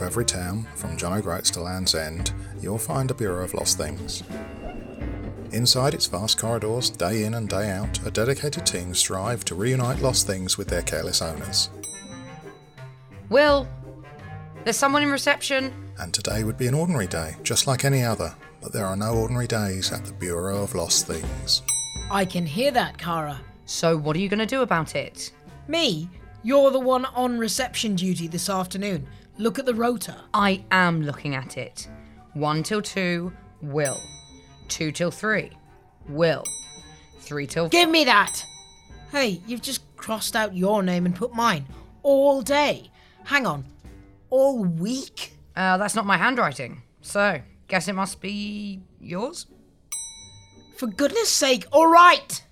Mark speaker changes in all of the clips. Speaker 1: every town, from John O'Groats to Land's End, you'll find a Bureau of Lost Things. Inside its vast corridors, day in and day out, a dedicated team strive to reunite lost things with their careless owners.
Speaker 2: Will, there's someone in reception.
Speaker 1: And today would be an ordinary day, just like any other, but there are no ordinary days at the Bureau of Lost Things.
Speaker 3: I can hear that, Kara.
Speaker 2: So, what are you going to do about it?
Speaker 3: Me? You're the one on reception duty this afternoon. Look at the rota.
Speaker 2: I am looking at it. One till two, Will. Two till three, Will. Three till.
Speaker 3: Give me that! Hey, you've just crossed out your name and put mine. All day. Hang on. All week?
Speaker 2: Uh, that's not my handwriting. So, guess it must be yours?
Speaker 3: For goodness sake, all right!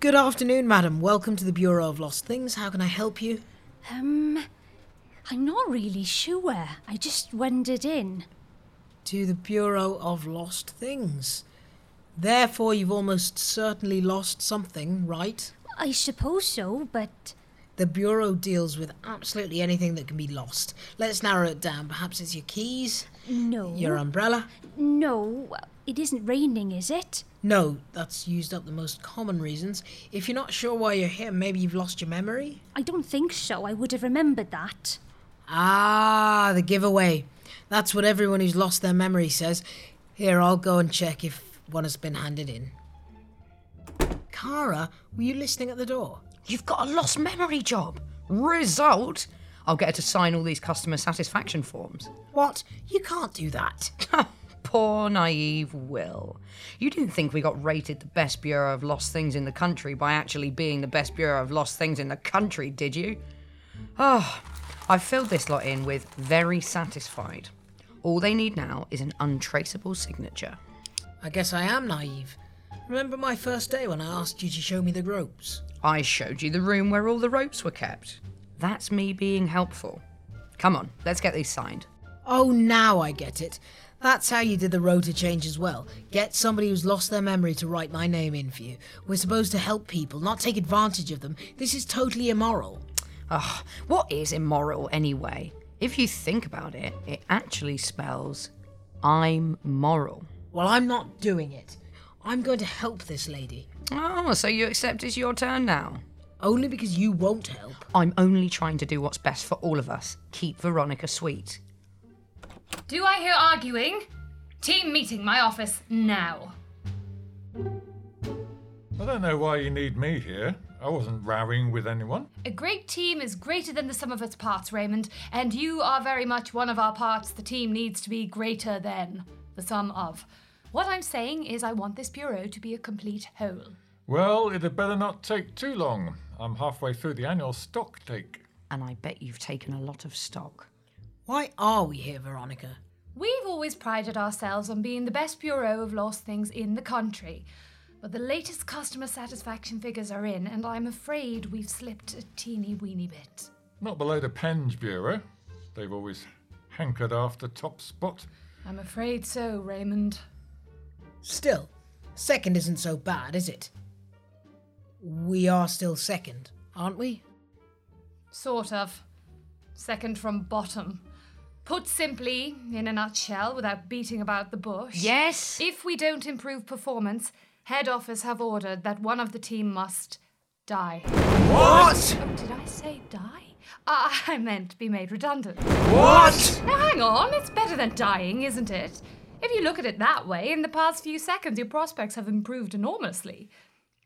Speaker 3: Good afternoon, madam. Welcome to the Bureau of Lost Things. How can I help you?
Speaker 4: Um, I'm not really sure. I just wandered in.
Speaker 3: To the Bureau of Lost Things. Therefore, you've almost certainly lost something, right?
Speaker 4: I suppose so, but
Speaker 3: The Bureau deals with absolutely anything that can be lost. Let's narrow it down. Perhaps it's your keys,
Speaker 4: no.
Speaker 3: your umbrella.
Speaker 4: No, it isn't raining, is it?
Speaker 3: No, that's used up the most common reasons. If you're not sure why you're here, maybe you've lost your memory?
Speaker 4: I don't think so. I would have remembered that.
Speaker 3: Ah, the giveaway. That's what everyone who's lost their memory says. Here, I'll go and check if one has been handed in. Kara, were you listening at the door?
Speaker 2: You've got a lost memory job. Result? I'll get her to sign all these customer satisfaction forms.
Speaker 3: What? You can't do that.
Speaker 2: Poor naive Will. You didn't think we got rated the best Bureau of Lost Things in the country by actually being the best Bureau of Lost Things in the country, did you? Oh, I've filled this lot in with very satisfied. All they need now is an untraceable signature.
Speaker 3: I guess I am naive. Remember my first day when I asked you to show me the ropes?
Speaker 2: I showed you the room where all the ropes were kept. That's me being helpful. Come on, let's get these signed.
Speaker 3: Oh, now I get it. That's how you did the rota change as well. Get somebody who's lost their memory to write my name in for you. We're supposed to help people, not take advantage of them. This is totally immoral.
Speaker 2: Ugh, what is immoral anyway? If you think about it, it actually spells I'm moral.
Speaker 3: Well, I'm not doing it. I'm going to help this lady.
Speaker 2: Oh, so you accept it's your turn now?
Speaker 3: Only because you won't help.
Speaker 2: I'm only trying to do what's best for all of us. Keep Veronica sweet.
Speaker 5: Do I hear arguing? Team meeting my office now.
Speaker 6: I don't know why you need me here. I wasn't rowing with anyone.
Speaker 5: A great team is greater than the sum of its parts, Raymond, and you are very much one of our parts the team needs to be greater than the sum of. What I'm saying is, I want this bureau to be a complete whole.
Speaker 6: Well, it had better not take too long. I'm halfway through the annual stock take.
Speaker 2: And I bet you've taken a lot of stock.
Speaker 3: Why are we here, Veronica?
Speaker 5: We've always prided ourselves on being the best bureau of lost things in the country. But the latest customer satisfaction figures are in, and I'm afraid we've slipped a teeny weeny bit.
Speaker 6: Not below the Pens Bureau. They've always hankered after top spot.
Speaker 5: I'm afraid so, Raymond.
Speaker 3: Still, second isn't so bad, is it? We are still second, aren't we?
Speaker 5: Sort of. Second from bottom. Put simply, in a nutshell, without beating about the bush.
Speaker 2: Yes?
Speaker 5: If we don't improve performance, head office have ordered that one of the team must die.
Speaker 3: What?
Speaker 5: Oh, did I say die? Ah, I meant be made redundant.
Speaker 3: What?
Speaker 5: Now, hang on, it's better than dying, isn't it? If you look at it that way, in the past few seconds, your prospects have improved enormously.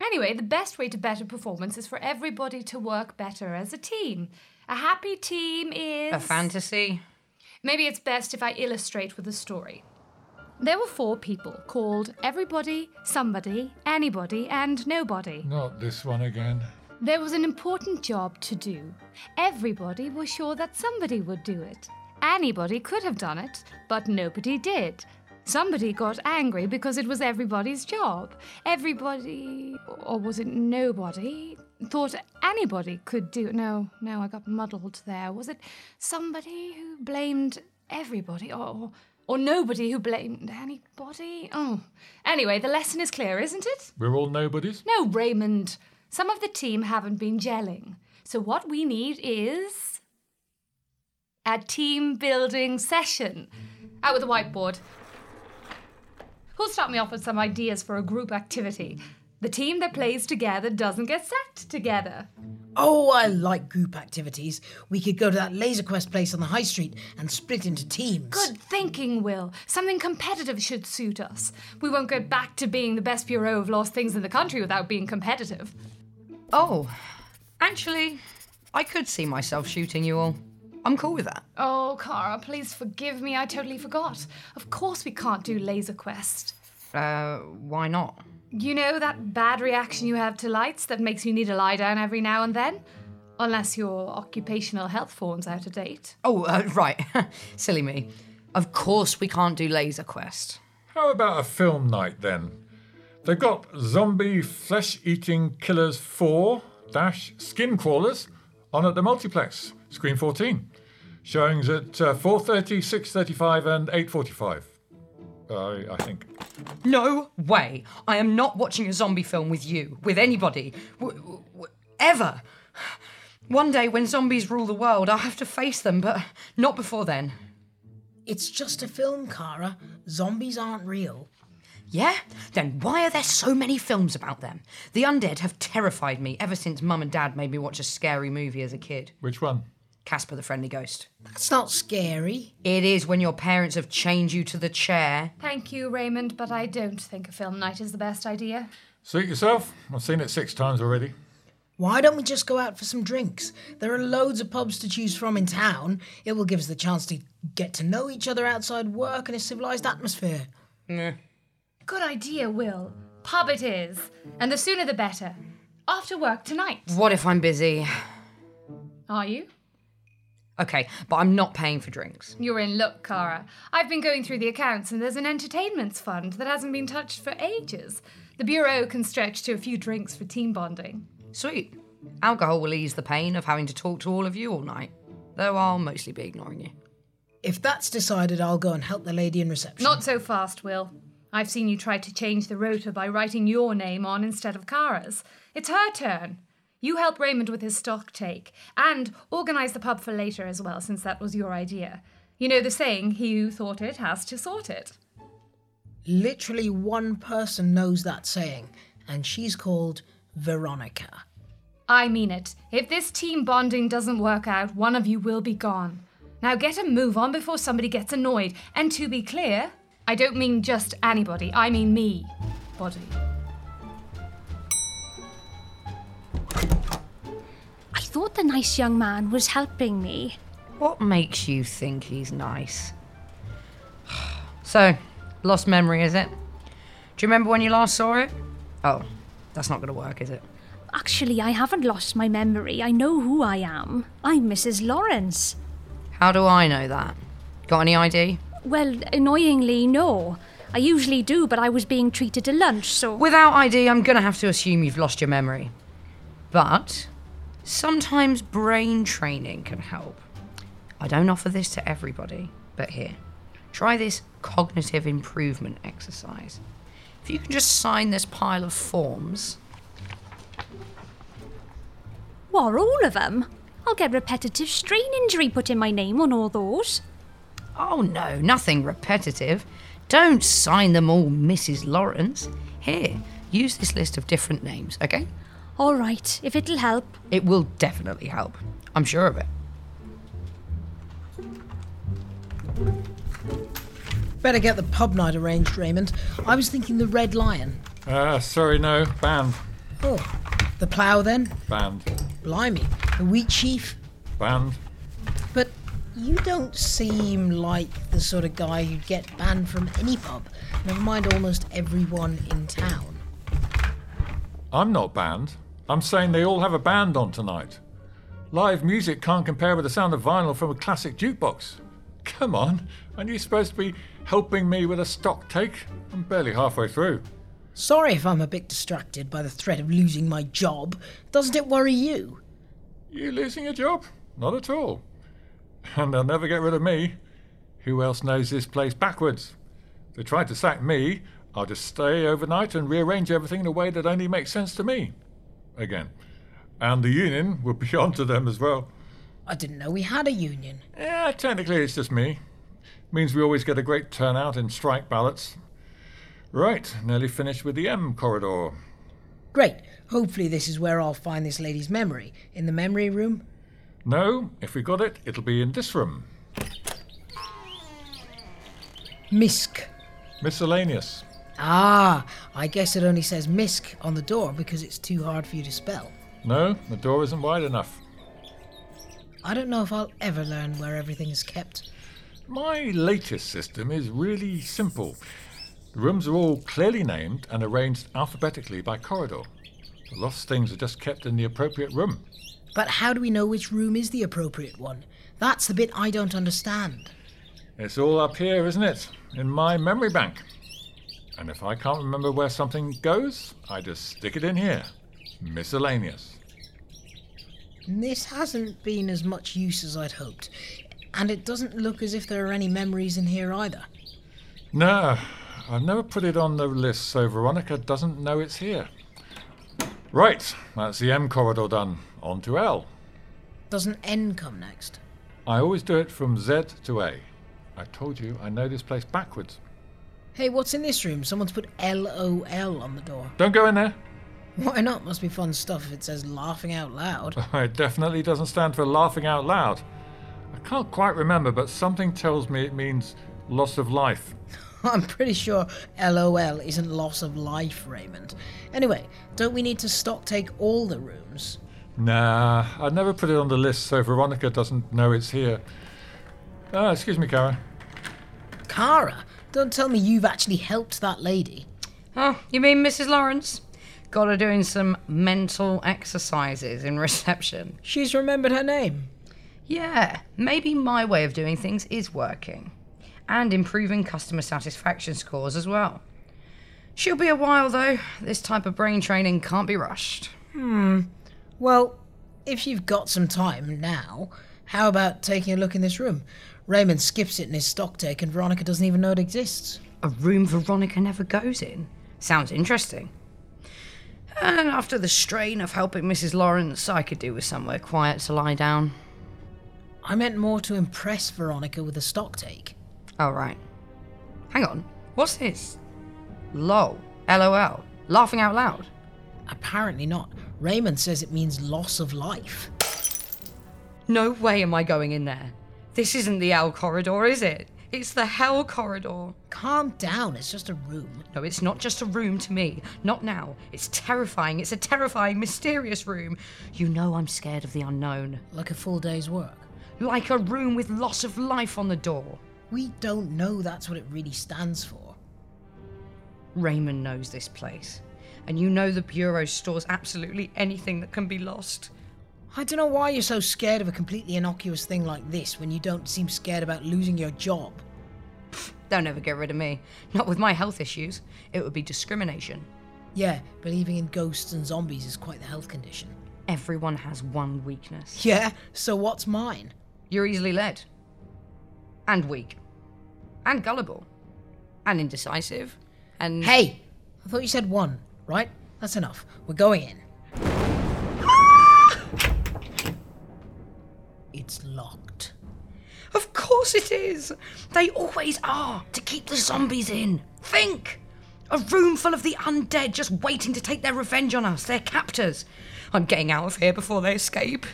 Speaker 5: Anyway, the best way to better performance is for everybody to work better as a team. A happy team is.
Speaker 2: A fantasy?
Speaker 5: Maybe it's best if I illustrate with a story. There were four people called Everybody, Somebody, Anybody, and Nobody.
Speaker 6: Not this one again.
Speaker 5: There was an important job to do. Everybody was sure that somebody would do it. Anybody could have done it, but nobody did. Somebody got angry because it was everybody's job. Everybody, or was it nobody, thought anybody could do it. No, no, I got muddled there. Was it somebody who blamed everybody, or, or nobody who blamed anybody? Oh. Anyway, the lesson is clear, isn't it?
Speaker 6: We're all nobodies.
Speaker 5: No, Raymond. Some of the team haven't been gelling. So what we need is a team building session. Out with the whiteboard. Who'll start me off with some ideas for a group activity? The team that plays together doesn't get sacked together.
Speaker 3: Oh, I like group activities. We could go to that laser quest place on the high street and split into teams.
Speaker 5: Good thinking, Will. Something competitive should suit us. We won't get back to being the best bureau of lost things in the country without being competitive.
Speaker 2: Oh, actually, I could see myself shooting you all. I'm cool with that.
Speaker 5: Oh, Kara, please forgive me. I totally forgot. Of course, we can't do Laser Quest.
Speaker 2: Uh, why not?
Speaker 5: You know that bad reaction you have to lights that makes you need a lie down every now and then? Unless your occupational health form's out of date.
Speaker 2: Oh, uh, right. Silly me. Of course we can't do Laser Quest.
Speaker 6: How about a film night then? They've got Zombie Flesh Eating Killers 4 dash Skin Crawlers on at the multiplex, screen 14. Showings at uh, 4.30, 6.35 and 8.45. I, I think.
Speaker 2: No way. I am not watching a zombie film with you, with anybody, w- w- w- ever. One day when zombies rule the world, I'll have to face them, but not before then.
Speaker 3: It's just a film, Kara. Zombies aren't real.
Speaker 2: Yeah? Then why are there so many films about them? The undead have terrified me ever since Mum and Dad made me watch a scary movie as a kid
Speaker 6: Which one?
Speaker 2: Casper the Friendly Ghost.
Speaker 3: That's not scary.
Speaker 2: It is when your parents have chained you to the chair.
Speaker 5: Thank you, Raymond, but I don't think a film night is the best idea.
Speaker 6: Suit yourself. I've seen it six times already.
Speaker 3: Why don't we just go out for some drinks? There are loads of pubs to choose from in town. It will give us the chance to get to know each other outside work in a civilized atmosphere.
Speaker 5: Good idea, Will. Pub it is. And the sooner the better. After work tonight.
Speaker 2: What if I'm busy?
Speaker 5: Are you?
Speaker 2: Okay, but I'm not paying for drinks.
Speaker 5: You're in luck, Kara. I've been going through the accounts and there's an entertainments fund that hasn't been touched for ages. The Bureau can stretch to a few drinks for team bonding.
Speaker 2: Sweet. Alcohol will ease the pain of having to talk to all of you all night. Though I'll mostly be ignoring you.
Speaker 3: If that's decided, I'll go and help the lady in reception.
Speaker 5: Not so fast, Will. I've seen you try to change the rota by writing your name on instead of Kara's. It's her turn. You help Raymond with his stock take and organise the pub for later as well, since that was your idea. You know the saying, he who thought it has to sort it.
Speaker 3: Literally one person knows that saying, and she's called Veronica.
Speaker 5: I mean it. If this team bonding doesn't work out, one of you will be gone. Now get a move on before somebody gets annoyed. And to be clear, I don't mean just anybody, I mean me. Body.
Speaker 4: I thought the nice young man was helping me.
Speaker 2: What makes you think he's nice? So, lost memory, is it? Do you remember when you last saw it? Oh, that's not gonna work, is it?
Speaker 4: Actually, I haven't lost my memory. I know who I am. I'm Mrs. Lawrence.
Speaker 2: How do I know that? Got any ID?
Speaker 4: Well, annoyingly, no. I usually do, but I was being treated to lunch, so.
Speaker 2: Without ID, I'm gonna have to assume you've lost your memory. But sometimes brain training can help. I don't offer this to everybody, but here, try this cognitive improvement exercise. If you can just sign this pile of forms,
Speaker 4: What, all of them? I'll get repetitive strain injury put in my name on all those.
Speaker 2: Oh no, nothing repetitive. Don't sign them all, Mrs. Lawrence. Here, use this list of different names, okay?
Speaker 4: All right, if it'll help.
Speaker 2: It will definitely help. I'm sure of it.
Speaker 3: Better get the pub night arranged, Raymond. I was thinking the Red Lion.
Speaker 6: Uh, sorry, no. Banned.
Speaker 3: Oh, the plough then?
Speaker 6: Banned.
Speaker 3: Blimey, the wheat sheaf.
Speaker 6: Banned.
Speaker 3: But you don't seem like the sort of guy who'd get banned from any pub, never mind almost everyone in town.
Speaker 6: I'm not banned. I'm saying they all have a band on tonight. Live music can't compare with the sound of vinyl from a classic jukebox. Come on, aren't you supposed to be helping me with a stock take? I'm barely halfway through.
Speaker 3: Sorry if I'm a bit distracted by the threat of losing my job. Doesn't it worry you?
Speaker 6: You losing a job? Not at all. And they'll never get rid of me. Who else knows this place backwards? They tried to sack me. I'll just stay overnight and rearrange everything in a way that only makes sense to me. Again. And the union will be onto them as well.
Speaker 3: I didn't know we had a union.
Speaker 6: Yeah, technically it's just me. Means we always get a great turnout in strike ballots. Right, nearly finished with the M corridor.
Speaker 3: Great. Hopefully, this is where I'll find this lady's memory. In the memory room?
Speaker 6: No, if we got it, it'll be in this room.
Speaker 3: Misk.
Speaker 6: Miscellaneous.
Speaker 3: Ah, I guess it only says Misk on the door because it's too hard for you to spell.
Speaker 6: No, the door isn't wide enough.
Speaker 3: I don't know if I'll ever learn where everything is kept.
Speaker 6: My latest system is really simple. The rooms are all clearly named and arranged alphabetically by corridor. The lost things are just kept in the appropriate room.
Speaker 3: But how do we know which room is the appropriate one? That's the bit I don't understand.
Speaker 6: It's all up here, isn't it? In my memory bank. And if I can't remember where something goes, I just stick it in here. Miscellaneous.
Speaker 3: This hasn't been as much use as I'd hoped, and it doesn't look as if there are any memories in here either.
Speaker 6: No, I've never put it on the list, so Veronica doesn't know it's here. Right, that's the M corridor done. On to L.
Speaker 3: Doesn't N come next?
Speaker 6: I always do it from Z to A. I told you I know this place backwards.
Speaker 3: Hey, what's in this room? Someone's put L O L on the door.
Speaker 6: Don't go in there.
Speaker 3: Why not? Must be fun stuff if it says laughing out loud.
Speaker 6: It definitely doesn't stand for laughing out loud. I can't quite remember, but something tells me it means loss of life.
Speaker 3: I'm pretty sure LOL isn't loss of life, Raymond. Anyway, don't we need to stock take all the rooms?
Speaker 6: Nah, I never put it on the list, so Veronica doesn't know it's here. Ah, excuse me, Cara.
Speaker 3: Kara, don't tell me you've actually helped that lady.
Speaker 2: Oh, you mean Mrs. Lawrence? Got her doing some mental exercises in reception.
Speaker 3: She's remembered her name.
Speaker 2: Yeah, maybe my way of doing things is working. And improving customer satisfaction scores as well. She'll be a while though. This type of brain training can't be rushed.
Speaker 3: Well, if you've got some time now, how about taking a look in this room? Raymond skips it in his stock take, and Veronica doesn't even know it exists.
Speaker 2: A room Veronica never goes in. Sounds interesting. And after the strain of helping Mrs. Lawrence, I could do with somewhere quiet to lie down.
Speaker 3: I meant more to impress Veronica with a stock take.
Speaker 2: All Oh, right. Hang on. What's this? LOL. LOL. Laughing out loud.
Speaker 3: Apparently not. Raymond says it means loss of life.
Speaker 2: No way am I going in there. This isn't the L corridor, is it? It's the hell corridor.
Speaker 3: Calm down, it's just a room.
Speaker 2: No, it's not just a room to me. Not now. It's terrifying. It's a terrifying, mysterious room. You know I'm scared of the unknown.
Speaker 3: Like a full day's work.
Speaker 2: Like a room with loss of life on the door.
Speaker 3: We don't know that's what it really stands for.
Speaker 2: Raymond knows this place. And you know the Bureau stores absolutely anything that can be lost.
Speaker 3: I don't know why you're so scared of a completely innocuous thing like this when you don't seem scared about losing your job.
Speaker 2: They'll never get rid of me. Not with my health issues. It would be discrimination.
Speaker 3: Yeah, believing in ghosts and zombies is quite the health condition.
Speaker 2: Everyone has one weakness.
Speaker 3: Yeah, so what's mine?
Speaker 2: You're easily led. And weak. And gullible. And indecisive. And.
Speaker 3: Hey! I thought you said one, right? That's enough. We're going in. It's locked.
Speaker 2: Of course it is! They always are, to keep the zombies in. Think! A room full of the undead just waiting to take their revenge on us, their captors. I'm getting out of here before they escape.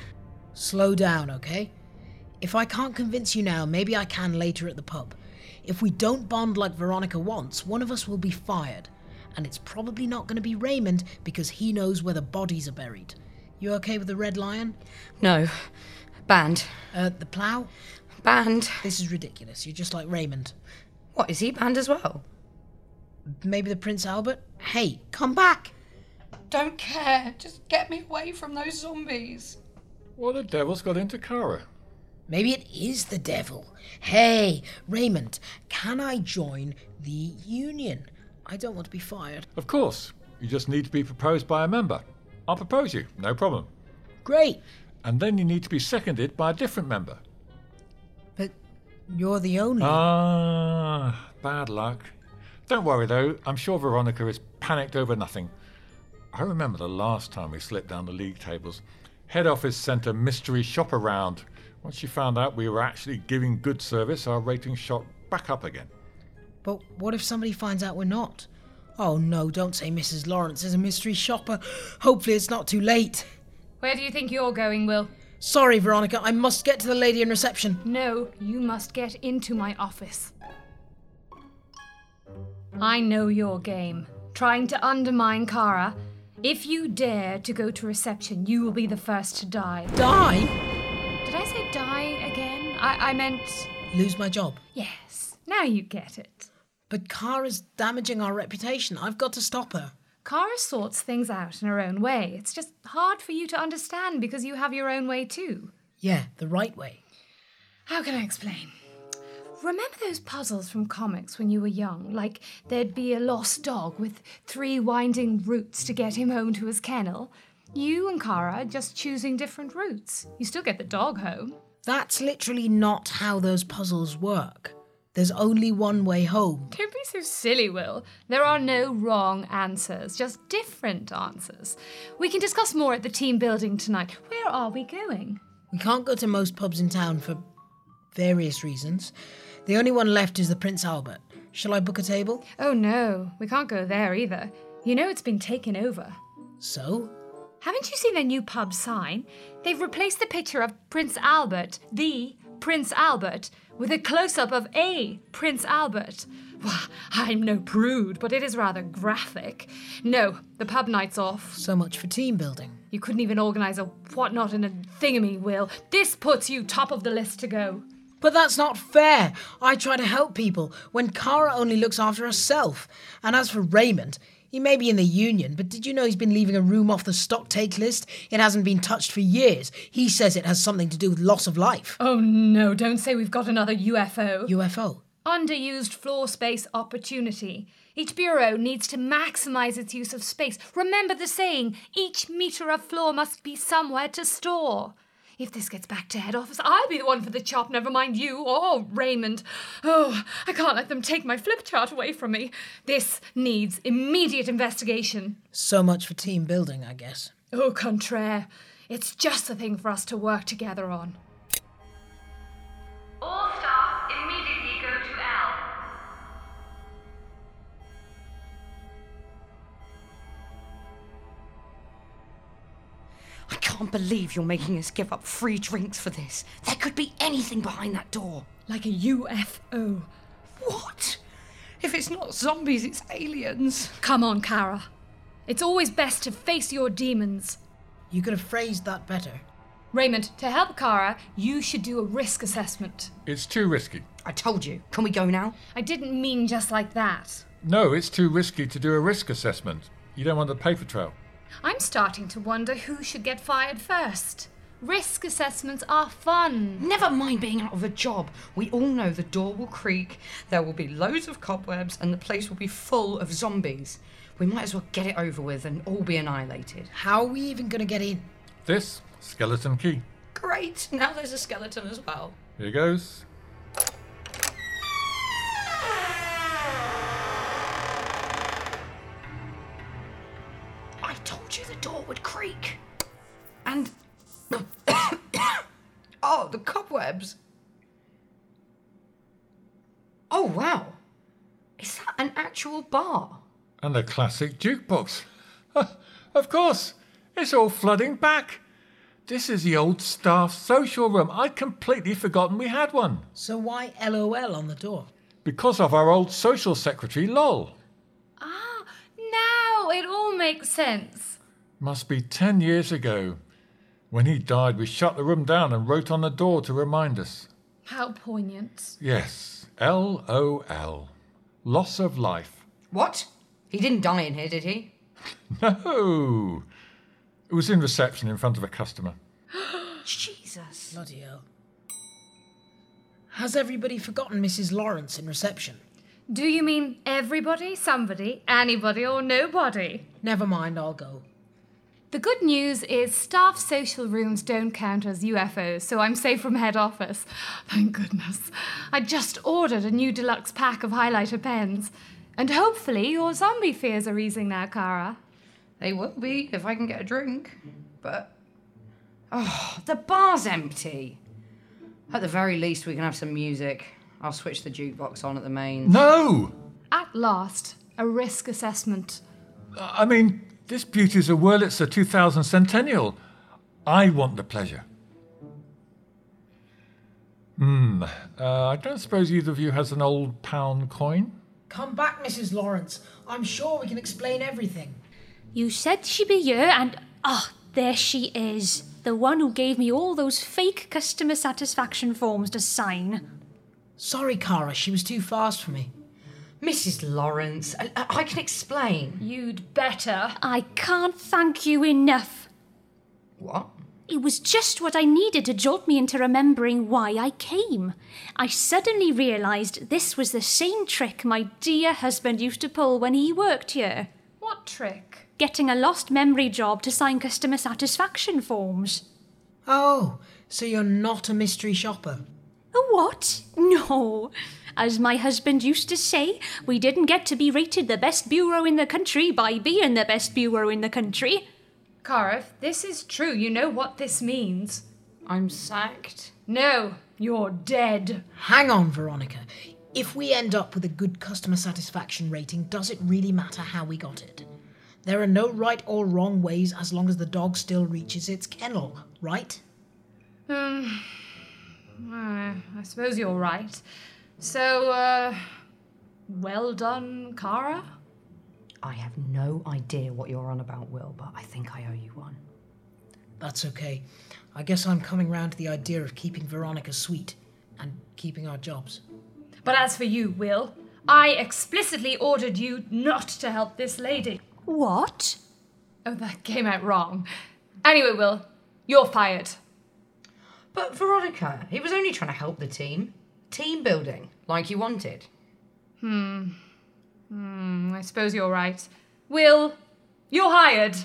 Speaker 3: Slow down, okay? If I can't convince you now, maybe I can later at the pub. If we don't bond like Veronica wants, one of us will be fired. And it's probably not going to be Raymond because he knows where the bodies are buried. You okay with the red lion?
Speaker 2: No. Banned.
Speaker 3: Uh, the plough?
Speaker 2: Banned.
Speaker 3: This is ridiculous. You're just like Raymond.
Speaker 2: What, is he banned as well?
Speaker 3: Maybe the Prince Albert? Hey, come back!
Speaker 2: Don't care. Just get me away from those zombies.
Speaker 6: What the devil's got into Cara?
Speaker 3: Maybe it is the devil. Hey, Raymond, can I join the union? I don't want to be fired.
Speaker 6: Of course, you just need to be proposed by a member. I'll propose you, no problem.
Speaker 3: Great,
Speaker 6: And then you need to be seconded by a different member.
Speaker 3: but you're the only.
Speaker 6: Uh. Ah, bad luck. Don't worry though, I'm sure Veronica is panicked over nothing. I remember the last time we slipped down the league tables. Head office sent a mystery shop around Once she found out we were actually giving good service, our rating shot back up again.
Speaker 3: But what if somebody finds out we're not? Oh no, don't say Mrs. Lawrence is a mystery shopper. Hopefully it's not too late.
Speaker 5: Where do you think you're going, Will?
Speaker 3: Sorry, Veronica, I must get to the lady in reception.
Speaker 5: No, you must get into my office. I know your game. Trying to undermine Kara. If you dare to go to reception, you will be the first to die.
Speaker 3: Die?
Speaker 5: Did I say die again? I, I meant.
Speaker 3: Lose my job.
Speaker 5: Yes, now you get it.
Speaker 3: But Kara's damaging our reputation. I've got to stop her.
Speaker 5: Kara sorts things out in her own way. It's just hard for you to understand because you have your own way too.
Speaker 3: Yeah, the right way.
Speaker 5: How can I explain? Remember those puzzles from comics when you were young? Like there'd be a lost dog with three winding routes to get him home to his kennel? You and Kara are just choosing different routes. You still get the dog home.
Speaker 3: That's literally not how those puzzles work. There's only one way home.
Speaker 5: Don't be so silly, Will. There are no wrong answers, just different answers. We can discuss more at the team building tonight. Where are we going?
Speaker 3: We can't go to most pubs in town for various reasons. The only one left is the Prince Albert. Shall I book a table?
Speaker 5: Oh no, we can't go there either. You know it's been taken over.
Speaker 3: So?
Speaker 5: Haven't you seen their new pub sign? They've replaced the picture of Prince Albert, the Prince Albert, with a close up of a Prince Albert. Wah, I'm no prude, but it is rather graphic. No, the pub night's off.
Speaker 3: So much for team building.
Speaker 5: You couldn't even organise a whatnot and a thingamy, Will. This puts you top of the list to go.
Speaker 3: But that's not fair. I try to help people when Kara only looks after herself. And as for Raymond, he may be in the union, but did you know he's been leaving a room off the stock take list? It hasn't been touched for years. He says it has something to do with loss of life.
Speaker 5: Oh no, don't say we've got another UFO.
Speaker 3: UFO.
Speaker 5: Underused floor space opportunity. Each bureau needs to maximize its use of space. Remember the saying each meter of floor must be somewhere to store. If this gets back to head office, I'll be the one for the chop, never mind you or Raymond. Oh, I can't let them take my flip chart away from me. This needs immediate investigation.
Speaker 3: So much for team building, I guess.
Speaker 5: Au contraire, it's just the thing for us to work together on.
Speaker 7: All staff immediately go to L.
Speaker 2: I can't believe you're making us give up free drinks for this. There could be anything behind that door.
Speaker 5: Like a UFO.
Speaker 2: What? If it's not zombies, it's aliens.
Speaker 5: Come on, Kara. It's always best to face your demons.
Speaker 3: You could have phrased that better.
Speaker 5: Raymond, to help Kara, you should do a risk assessment.
Speaker 6: It's too risky.
Speaker 2: I told you. Can we go now?
Speaker 5: I didn't mean just like that.
Speaker 6: No, it's too risky to do a risk assessment. You don't want the paper trail.
Speaker 5: I'm starting to wonder who should get fired first. Risk assessments are fun.
Speaker 2: Never mind being out of a job. We all know the door will creak, there will be loads of cobwebs, and the place will be full of zombies. We might as well get it over with and all be annihilated.
Speaker 3: How are we even going to get in?
Speaker 6: This skeleton key.
Speaker 2: Great, now there's a skeleton as well.
Speaker 6: Here goes.
Speaker 2: I told you the door would creak. And. oh, the cobwebs. Oh, wow. Is that an actual bar?
Speaker 6: And the classic jukebox. of course, it's all flooding back. This is the old staff social room. I'd completely forgotten we had one.
Speaker 3: So why LOL on the door?
Speaker 6: Because of our old social secretary, Lol.
Speaker 5: Ah, now it all makes sense.
Speaker 6: Must be 10 years ago. When he died, we shut the room down and wrote on the door to remind us.
Speaker 5: How poignant.
Speaker 6: Yes, LOL. Loss of life.
Speaker 2: What? He didn't die in here, did he?
Speaker 6: No! It was in reception in front of a customer.
Speaker 2: Jesus.
Speaker 3: Bloody hell. Has everybody forgotten Mrs. Lawrence in reception?
Speaker 5: Do you mean everybody, somebody, anybody, or nobody?
Speaker 3: Never mind, I'll go.
Speaker 5: The good news is staff social rooms don't count as UFOs, so I'm safe from head office. Thank goodness. I just ordered a new deluxe pack of highlighter pens. And hopefully your zombie fears are easing now, Kara.
Speaker 2: They will be if I can get a drink. But. Oh, the bar's empty. At the very least, we can have some music. I'll switch the jukebox on at the mains.
Speaker 6: No!
Speaker 8: At last, a risk assessment.
Speaker 6: I mean, this beauty's a Wurlitzer 2000 centennial. I want the pleasure. Hmm. Uh, I don't suppose either of you has an old pound coin.
Speaker 3: Come back, Mrs. Lawrence. I'm sure we can explain everything.
Speaker 4: You said she'd be here, and ah, there she is. The one who gave me all those fake customer satisfaction forms to sign.
Speaker 3: Sorry, Kara, she was too fast for me.
Speaker 2: Mrs. Lawrence, I, I I can explain.
Speaker 5: You'd better.
Speaker 4: I can't thank you enough.
Speaker 2: What?
Speaker 4: It was just what I needed to jolt me into remembering why I came. I suddenly realised this was the same trick my dear husband used to pull when he worked here
Speaker 5: What trick?
Speaker 4: getting a lost memory job to sign customer satisfaction forms.
Speaker 3: Oh, so you're not a mystery shopper.
Speaker 4: A what? No. As my husband used to say, we didn't get to be rated the best bureau in the country by being the best bureau in the country.
Speaker 5: Kara, if this is true, you know what this means.
Speaker 2: I'm sacked.
Speaker 5: No, you're dead.
Speaker 3: Hang on, Veronica. If we end up with a good customer satisfaction rating, does it really matter how we got it? There are no right or wrong ways as long as the dog still reaches its kennel, right?
Speaker 5: Uh, I suppose you're right. So, uh, well done, Kara?
Speaker 2: I have no idea what you're on about, Will, but I think I owe you one.
Speaker 3: That's okay. I guess I'm coming round to the idea of keeping Veronica sweet and keeping our jobs.
Speaker 5: But as for you, Will, I explicitly ordered you not to help this lady.
Speaker 4: What?
Speaker 5: Oh, that came out wrong. Anyway, Will, you're fired.
Speaker 2: But Veronica, he was only trying to help the team. Team building, like you wanted.
Speaker 5: Mm, I suppose you're right. Will, you're hired.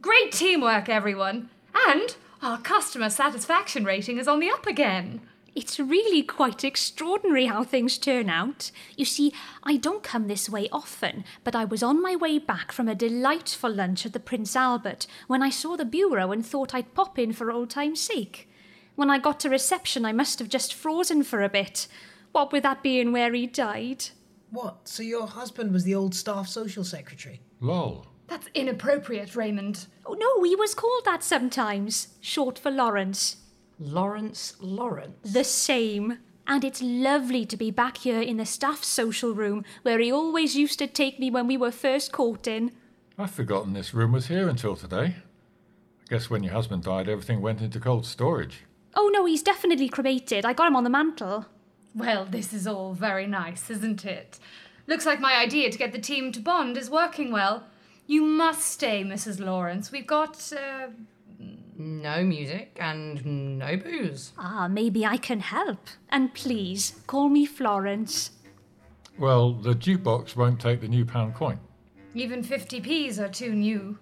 Speaker 5: Great teamwork, everyone. And our customer satisfaction rating is on the up again.
Speaker 4: It's really quite extraordinary how things turn out. You see, I don't come this way often, but I was on my way back from a delightful lunch at the Prince Albert when I saw the bureau and thought I'd pop in for old time's sake. When I got to reception, I must have just frozen for a bit. What with that being where he died?
Speaker 3: What? So your husband was the old staff social secretary?
Speaker 6: Lol.
Speaker 5: That's inappropriate, Raymond.
Speaker 4: Oh no, he was called that sometimes, short for Lawrence.
Speaker 2: Lawrence Lawrence.
Speaker 4: The same. And it's lovely to be back here in the staff social room where he always used to take me when we were first caught in.
Speaker 6: I've forgotten this room was here until today. I guess when your husband died, everything went into cold storage.
Speaker 4: Oh no, he's definitely cremated. I got him on the mantle.
Speaker 5: Well, this is all very nice, isn't it? Looks like my idea to get the team to bond is working well. You must stay, Mrs. Lawrence. We've got. Uh,
Speaker 2: No music and no booze.
Speaker 4: Ah, maybe I can help. And please, call me Florence.
Speaker 6: Well, the jukebox won't take the new pound coin.
Speaker 5: even 50p's are too new.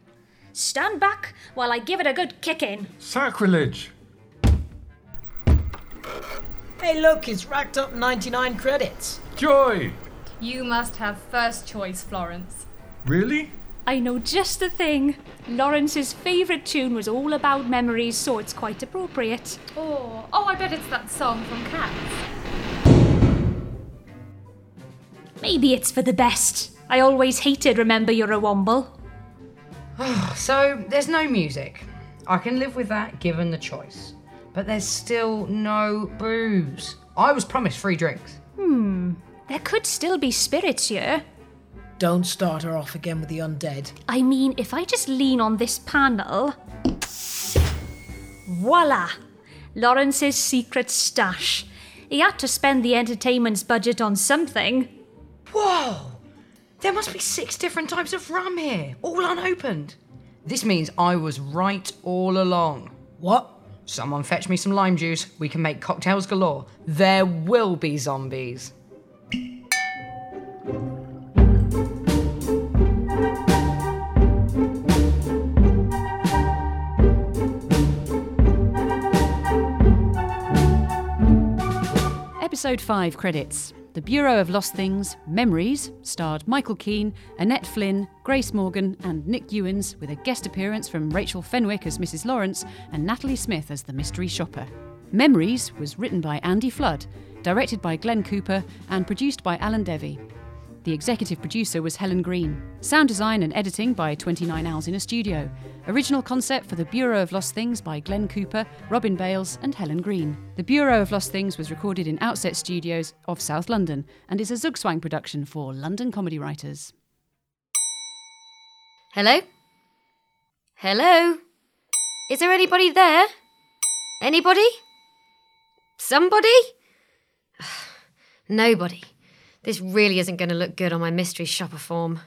Speaker 4: Stand back while I give it a good kick in.
Speaker 6: Sacrilege!
Speaker 3: Hey, look, it's racked up 99 credits.
Speaker 6: Joy!
Speaker 5: You must have first choice, Florence.
Speaker 6: Really?
Speaker 4: I know just the thing. Lawrence's favourite tune was all about memories, so it's quite appropriate.
Speaker 5: Or, oh, I bet it's that song from Cats.
Speaker 4: Maybe it's for the best. I always hated Remember You're a Womble.
Speaker 2: Ah. So there's no music. I can live with that given the choice. But there's still no booze. I was promised free drinks.
Speaker 4: There could still be spirits here.
Speaker 3: Don't start her off again with the undead.
Speaker 4: I mean, if I just lean on this panel. Voila! Lawrence's secret stash. He had to spend the entertainment's budget on something.
Speaker 2: Whoa! There must be six different types of rum here, all unopened. This means I was right all along.
Speaker 3: What?
Speaker 2: Someone fetch me some lime juice. We can make cocktails galore. There will be zombies.
Speaker 9: Episode 5 credits. The Bureau of Lost Things, Memories, starred Michael Keane, Annette Flynn, Grace Morgan, and Nick Ewins, with a guest appearance from Rachel Fenwick as Mrs. Lawrence and Natalie Smith as the mystery shopper. Memories was written by Andy Flood, directed by Glenn Cooper, and produced by Alan Devey. The executive producer was Helen Green. Sound design and editing by 29 Owls in a Studio. Original concept for the Bureau of Lost Things by Glenn Cooper, Robin Bales, and Helen Green. The Bureau of Lost Things was recorded in Outset Studios of South London and is a Zugzwang production for London comedy writers.
Speaker 10: Hello? Hello? Is there anybody there? Anybody? Somebody? Nobody. This really isn't going to look good on my mystery shopper form.